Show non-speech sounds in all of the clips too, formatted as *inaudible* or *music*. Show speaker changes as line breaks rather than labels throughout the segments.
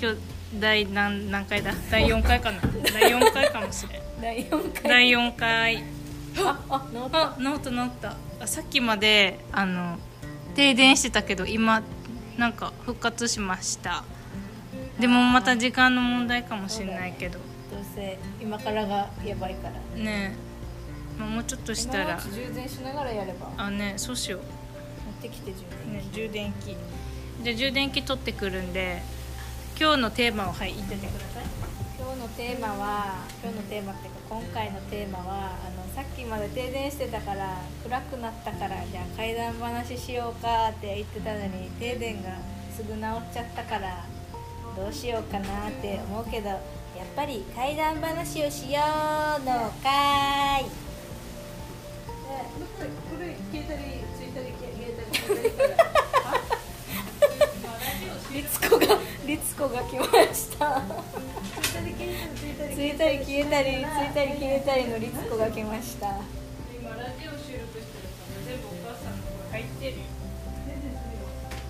今日第何何回だ第4回かな第4回かもしれん
第4
*laughs*
回
第4回
ああ治った
あ治った治ったあさっきまであの停電してたけど今なんか復活しましたでもまた時間の問題かもしれないけど
どうせ今からがやばいから
ねえ、まあ、もうちょっとしたら
この夏充電しながらやれば持っ
あねそうしよ
てきて充
う、
電
ね、充電器じゃあ充電器取ってくるんで今日のテーマをはい言っててください
今日のテーマは今日のテーマっていうか今回のテーマはあのさっきまで停電してたから暗くなったからじゃあ怪談話しようかって言ってたのに停電がすぐ治っちゃったからどうしようかなって思うけどやっぱり怪談話をしようのかーいリツコがリツコが来ましたついたり消えたりついたり消えたりのリツコが来ました
今ラジオ収録してるから全部お母さんの声入ってるよ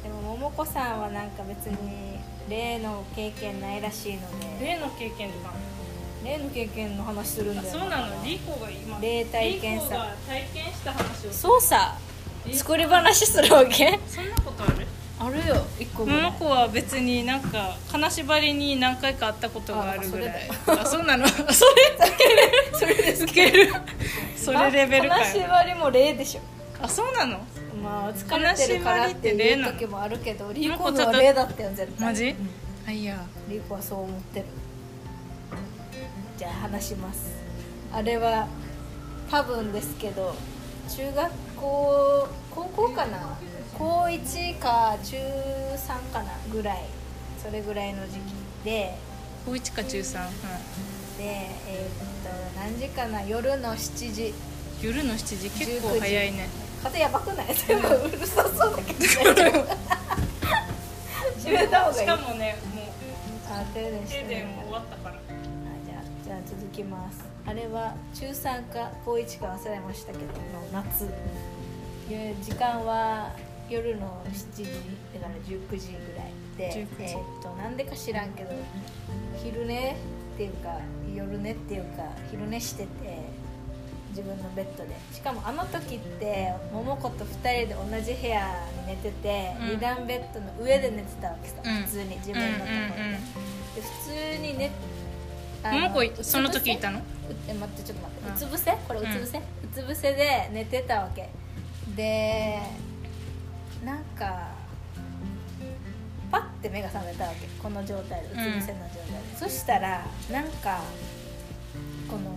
でも桃子さんはなんか別に例の経験ないらしいので
例の経験とか
例の経験の話するんだよ
そうなのリコが今
霊体験さ
リコが体験した話を
そうさ作り話するわけ
そんなことある
あるよ一個
こ
ぐら
の
い
子は別になんか金縛りに何回か会ったことがあるぐらい
あ
あそそうなのそれそれですけるそれレベルか
あ金縛りも例でしょ
あそうなの
まあ疲れてるから
金縛り
って
って霊
いう
なの
時もあるけどリコのは例だったよ絶対
マジ、
うん
あいや
リコはそう思ってるじゃあ話しますあれは多分ですけど中学校高校かな高1か中3かなぐらいそれぐらいの時期で
高一か中三、うん、
でえーっと何時かな夜の7時
夜の7時結構早いね
風やばくない全部うるさそ
*laughs*
うだけど *laughs* 大丈夫閉めた方がい
し
い
かもねも
あ停電
う
して
停
る
電終わったから
はいじゃあじゃあ続きますあれは中3か高1か忘れましたけどの夏いう時間は夜の7時だから19時ぐらいで
19時
えーっとなんでか知らんけど昼寝っていうか夜寝っていうか昼寝してて自分のベッドでしかもあの時って桃子と2人で同じ部屋に寝てて、
うん
二段ベッドの上で寝てたわけさ、
うん
普通に
う
自
ん
分
うん
のところで。で普通にねあ
うん
の
もう子その時いたの
うつえ待ってちょっと
うん
待ってうつ伏せこれうつ伏せ、うつ伏せで寝てたわけでなんかパッて目が覚めたわけこの状態でうつ伏せの状態で、そしたらなんかこの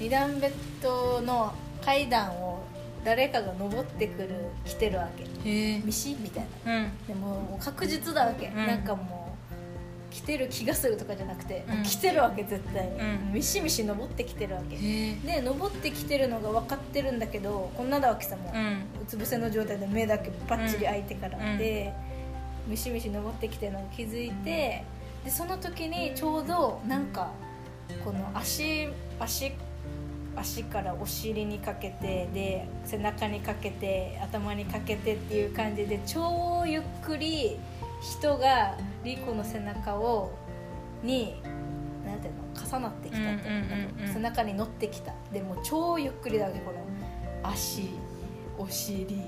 二段ベッドの階段を誰かが登ってくる来てるわけ
へえ
ミシみたいな
うん
でももう確実だわけ、
ん
なんかもう来てる気がするとかじゃなくて、
うん
来てるわけ絶対に、
うん
ミシミシ登ってきてるわけ
へえ
で登ってきてるのが分かってるんだけどこんなだわけさもう,、
う
うんつ伏せの状態で目だけバッチリ開いてから、
うん
でミシミシ登ってきてるのを気づいてでその時にちょうどなんかこの足足足からお尻にかけてで背中にかけて頭にかけてっていう感じで超ゆっくり人がリコの背中をになんていうの重なってきたっていうのかな
うんうんうんうん
背中に乗ってきたでもう超ゆっくりだわけこの足お尻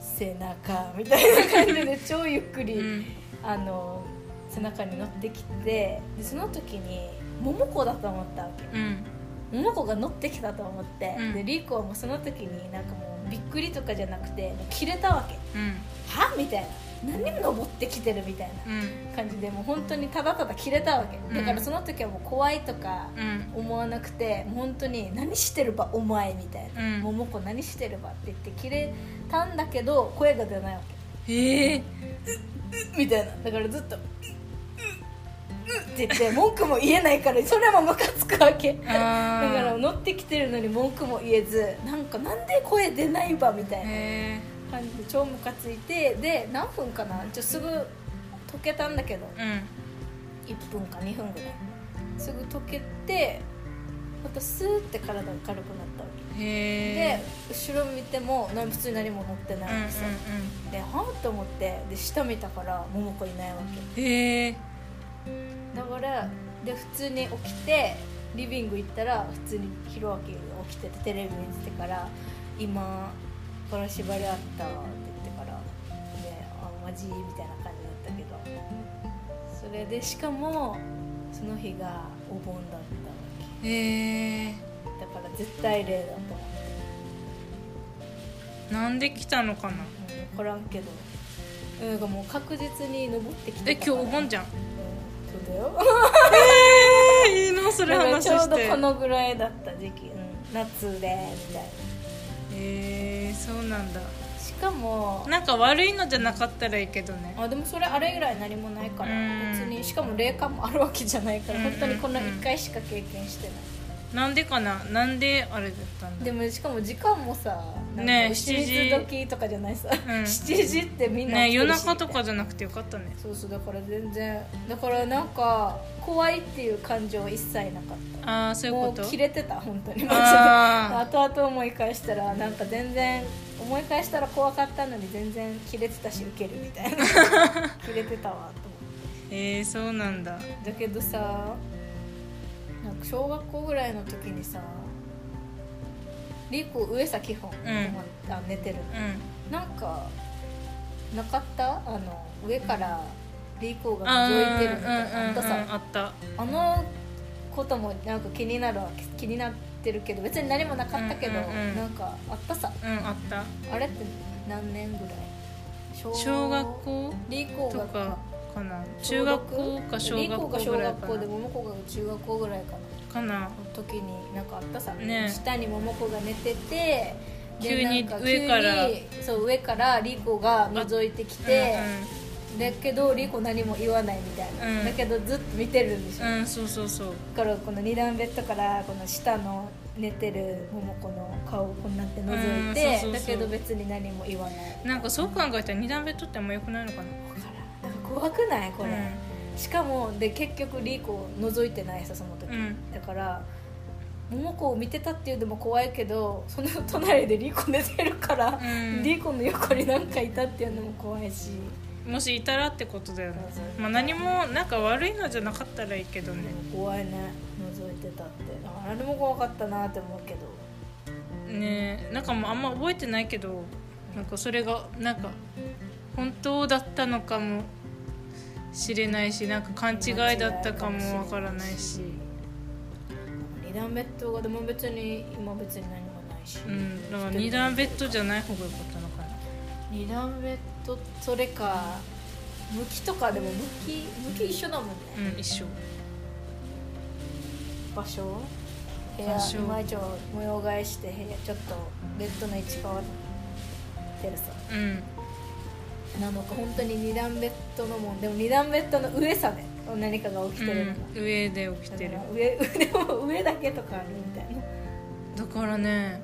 背中みたいな感じで超ゆっくり、
うん
あの背中に乗ってきてでその時に桃子だと思ったわけ。
うん
桃子が乗ってきたと思って、
うん
でリーコはもうその時になんかもうびっくりとかじゃなくてもう切れたわけ
うん
はみたいな何登ってきてるみたい
うん
な感じでもう本当にただただ切れたわけ
ん
だからその時はもう怖いとか
うん
思わなくてもう本当に何してるばお前みたいな、
うん
桃子何してるばって言って切れたんだけど声が出ないわけ
へえ
みたいなだからずっと「うっうっ」って言って文句も言えないからそれもムカつくわけ
だか
だから乗ってきてるのに文句も言えずなんかなんで声出ないわみたい
へ
な
え
感じで超ムカついてで何分かなちょすぐ溶けたんだけど
う
1分か2分ぐらいすぐ溶けてまたスーって体が軽くなったわ
ん
け
へ
で
え
後ろ見てもな普通に何も乗ってないわけさ、
う
ではあと思ってで下見たから桃子いないわけ
んうんうんへえ
だからで普通に起きてリビング行ったら普通にひろあきが起きててテレビ見ててから「今から縛りあった」って言ってから「であマジ?」みたいな感じだったけどそれでしかもその日がお盆だったわ
え
けだから絶対例だと思
ー、なんで来たのかな
ううん来らんけどうんもう確実に登ってきて
え今日お盆じゃん
うんそうだよ
えー、いいのそれ話
ちょう
し
ど
て
このぐらいだった時期、うん、夏でみたい
えー、そうなんだ
なしかも
なんか悪いのじゃなかったらいいけどね
あでもそれあれ以来何もないから
うん
別にしかも霊感もあるわけじゃないから
うんうん
本当にこの1回しか経験してない
なんでかななんであれだったんだ
でもしかも時間もさなんか
ねえ
7時
7
時とかじゃないさ、
ん
7時ってみんな
ね
起きて
夜
るし
中とかじゃなくてよかったね
そうそうだから全然だからなんか怖いっていう感情は一切なかっ
ああそ
た
ういうこ
も
と
う切れてた本当にマジで
あ
*laughs* 後々思い返したらなんか全然思い返したら怖かったのに全然切れてたしウケるみたい
*laughs*
な切れてたわと思って。
ーえー、そうなんだ
だけどさなんか小学校ぐらいの時にさリーコ上さ基本、あ寝てる
う
のなんかなかったあの上からリーコ
ん
が
あ
覗いてるみたいなあ
あ
った
あ
さ
った
あのこともなんか気になるわけ気になってるけど別に何もなかったけど、
うんうんうん
なんかあったさ
うんあった
あれって何年ぐらい小
小学校
リーコ
と
が
かかな
小
中
学
学校か
リ
小
ーコ
学
が
校
小
ぐらい
学
か
校
な
で桃子が中学校ぐらいかな
かな
時になんかあったさ、
ねえ
下に桃子が寝ててで
急に
なん
上から
急にそう上からリコが覗いてきて、だけどリコ何も言わないみたいな、
うん
だけどずっと見てるんでしょ、
うんうん、うん、そうそうそう
だからこの二段ベッドからこの下の寝てる桃子の顔をこんなって覗いて、
うんそうそうそう
だけど別に何も言わない
なんかそう考えたら二段ベッドってあんま良くないのかな
わからんなんか怖くないこれ、しかもで結局リコを覗いてないさその
う
時、
ん
だから桃子を見てたっていうのも怖いけどその隣でリコ寝てるから、
うん
リコの横になんかいたっていうのも怖いし
うん、もしいたらってことだよね
そうそう
まあ何もなんか悪いのじゃなかったらいいけど
で
ね
も怖いね覗いてたってあれも怖かったなって思うけど
ねえなんかもうあんま覚えてないけどなんかそれがなんか本当だったのかもしれないしなんか勘違いだったかもわからないし
二段ベッドがでも別に今別に何もないし、
うんだから二段ベッドじゃない方が良かったのかな
二段ベッドそれか向きとかでも向き向き一緒だもんね、
うん一緒
場所部屋
場所
今一応模様替えして部屋ちょっとベッドの位置変わってるさ
うん
なのか本当に二段ベッドのもんでも二段ベッドの上さで何かが起きてるのか、
うん、上で起きて
だ
る
から上でも上だけとかあるみたいな、
だからね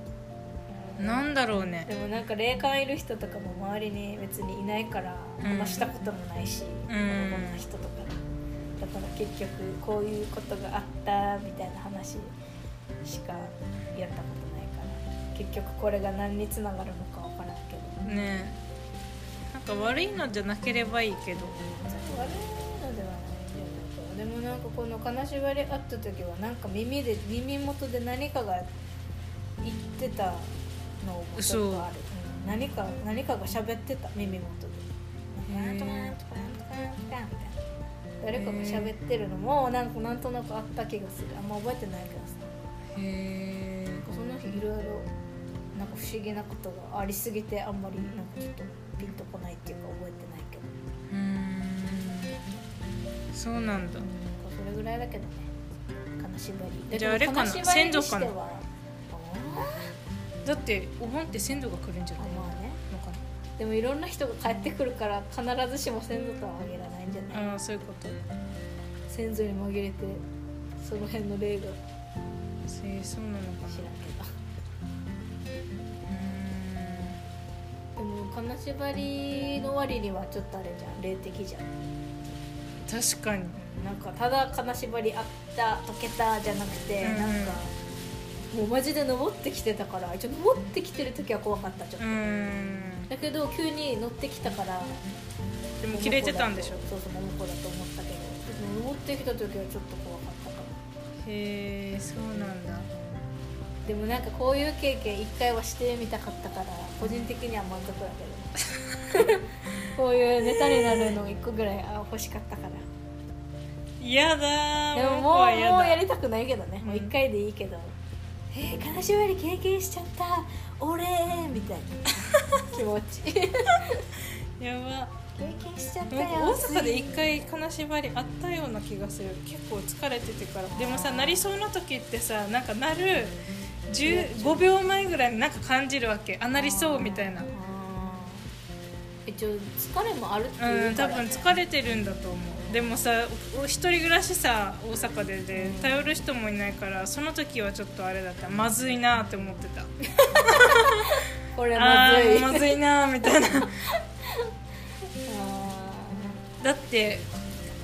なんだろうね
でもなんか霊感いる人とかも周りに別にいないから
うん
話したこともないし、
ん
こんな人とかだから結局こういうことがあったみたいな話しかやったことないから結局これが何につながるのかわからんけど
ねえなんか悪いのじゃなければいいけど
ちょっと悪いのではないんだけどでもなんかこの金縛りあった時はなんか耳で耳元で何かが言ってたのをちょっとある、うん何か何かが喋ってた耳元で「
へ
なん
ー
とかなんとかなんとかなんとか」みたいな誰かが喋ってるのもなんかなんとなくあった気がするあんま覚えてないけどさ
へえ
その日いろいろなんか不思議なことがありすぎてあんまりなんかちょっとピンとこないっていうか覚えてないけど
うんそうなんだ
それぐらいだけどね金縛り
じゃああれかな
金縛りに
先祖
しては
かな
あ
だってお盆って鮮度が来るんじゃ
ー
ない
まあね
のか
でもいろんな人が帰ってくるから必ずしも先祖とは限らないんじゃない
なああそういうこと
先祖に紛れてその辺の霊が
えーそうなのか
知らんけど
な
でも金縛りの割にはちょっとあれじゃん霊的じゃん
うーん確かに
なんかただ金縛りあった解けたじゃなくて、
うん
なんかもうマジで登ってきてたから一応登ってきてる時は怖かったちょ
う
っと、
ーん
だけど急に乗ってきたから
でも切れてたんでしょ
そうそう桃子だと思ったけど登ってきた時はちょっと怖かったかも
へえそうなんだ
でもなんかこういう経験一回はしてみたかったから個人的には満足だけどこういうネタになるの一個ぐらいあ欲しかったから
嫌だー
でももう
僕は嫌だ
もうやりたくないけどね、もう
う
1
ん
回でいいけど「えー、悲しみより経験しちゃった俺」みたい
*laughs*
な気持ち経
やば
験しちゃったよ
なんか大阪で一回金縛りあったような気がする結構疲れててからでもさなりそうな時ってさなんかなる10 5秒前ぐらいになんか感じるわけあなりそうみたいな
あー一応疲れもあるっていううんか
多
ら、
分疲れてるんだと思うでもさおお一人暮らしさ大阪でで頼る人もいないからその時はちょっとあれだったまずいなって思ってた
これま
あ
ずい
ーまずいなみたいな *laughs* だって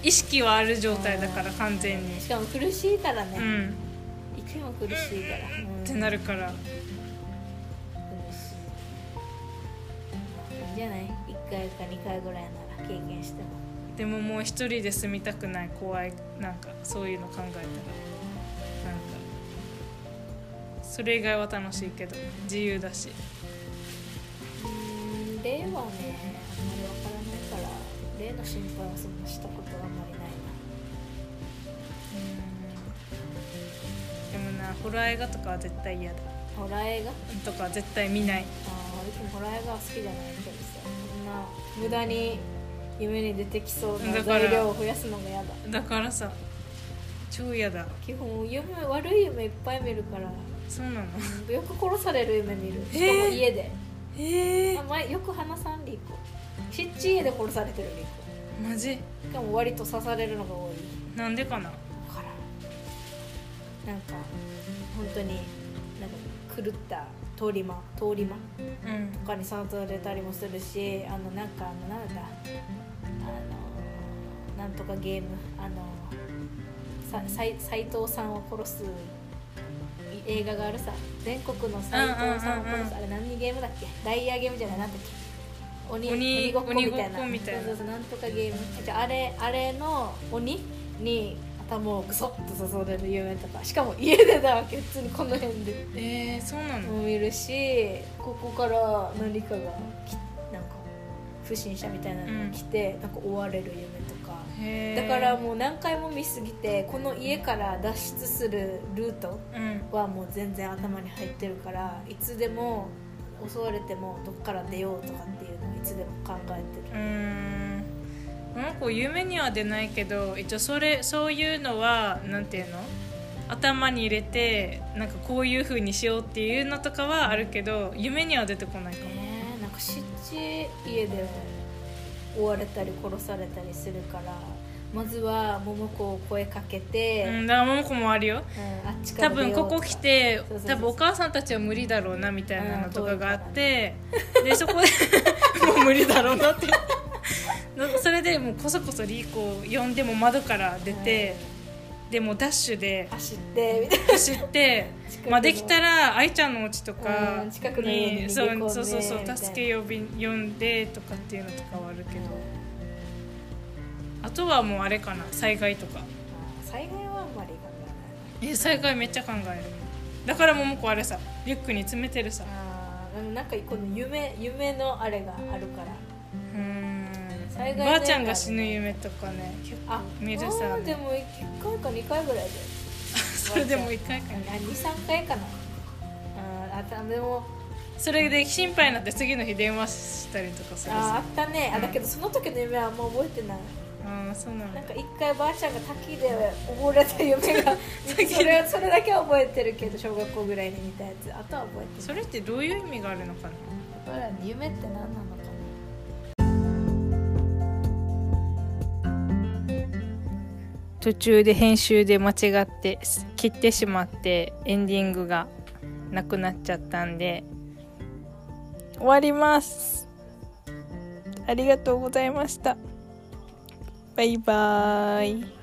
意識はある状態だから完全に
あーしかも苦しいからね、
うん
いつも苦しいから、うん
ってなるから
苦しいいいんじゃない1回か2回ぐらいなら経験しても
でももう一人で住みたくない怖いなんかそういうの考えたらなんかそれ以外は楽しいけど自由だし
うん例はねあんまりわからないから例の心配はそんなしたことはあんまりないな
でもなホラー映画とかは絶対嫌だ
ホラー映画あ
とか絶対見ない
あ私もホラー映画は好きじゃないけどさこんな無駄に夢に出てきそうな
だから
材料を増やすのが嫌だ
だからさ超嫌だ
基本夢悪い夢いっぱい見るから
そうなの
うんよく殺される夢見る
えー
しかも家で、
え
あ前よく話さんリコちっちい家で殺されてるリコ
マジ
しかも割と刺されるのが多い
なんでかな
からんなんか本当になんか狂った通り魔通り魔
うん
とかにされたりもするしあのなんかあのなんだあのなんとかゲームあのさ斎斎藤さんを殺すい映画があるさ全国の斎藤さんを
うんうんうん
殺
う
す
ん
あれ何ゲームだっけダイヤゲームじゃないなんだっけ鬼
鬼
鬼ごっこみたい
鬼ご
な
っこみたいな
そうそうそうなんとかゲームじゃああれあれの鬼に頭をグソッと誘われる夢とかしかも家でだわけ普通にこの辺で
えー、そうなの
も見るしここから何かがきなんか不審者みたいなのが来て、なんか追われる夢とか
へ
だからもう何回も見すぎてこの家から脱出するルート
ううん
はもう全然頭に入ってるからいつでも襲われてもどっから出ようとかっていうのをいつでも考えて
うー
る
んなんか夢には出ないけど一応それそういうのはなんていうの頭に入れてなんかこういう風にしようっていうのとかはあるけど夢には出てこないかも
えー、なんか湿地家で追われたり殺されたりするからまずは桃子を声かけて、
うんだから桃子もあるよ
うんあっち
多
から出
分
よう
ここ来て
そうそうそう
多分お母さんたちは無理だろうなみたいなのとかがあってでそこで
*laughs*
もう無理だろうなって *laughs* のそれでもうこそこそリーコを呼んでも窓から出て、でもうダッシュで
走ってみたい
走って
近くの
まあできたら愛ちゃんのお家とか
うん
に
近くの家に
そ
逃げ込ん
う
で
そうそう
みたい
そう
な
助け呼び呼んでとかっていうのとかはあるけどあとはもうあれかな災害とか
災害はあんまり考
え災害めっちゃ考えるだから桃子あれさリュックに詰めてるさ
えないあーでもなんかこの夢夢のあれがあるから
うーん
災害ね
ばあちゃんが死ぬ夢とかね結構
あ
見る
あ
さ
ーでも1回か2回ぐらいで
それでも一回かな
23回かなあーあたでも
それで心配になって次の日電話したりとかする
あーあ
さ
ったねあだけどその時の夢はもう覚えてない
ああそうなんだ
なんか1回ばあちゃんが滝で溺れた
*laughs*
夢がそれそれだけは覚えてるけど小学校ぐらいに見たやつあとは覚えてない
それってどういう意味があるのかな
だから夢って何なのかな
途中で編集で間違って切ってしまってエンディングがなくなっちゃったんで終わりますありがとうございましたバイバーイ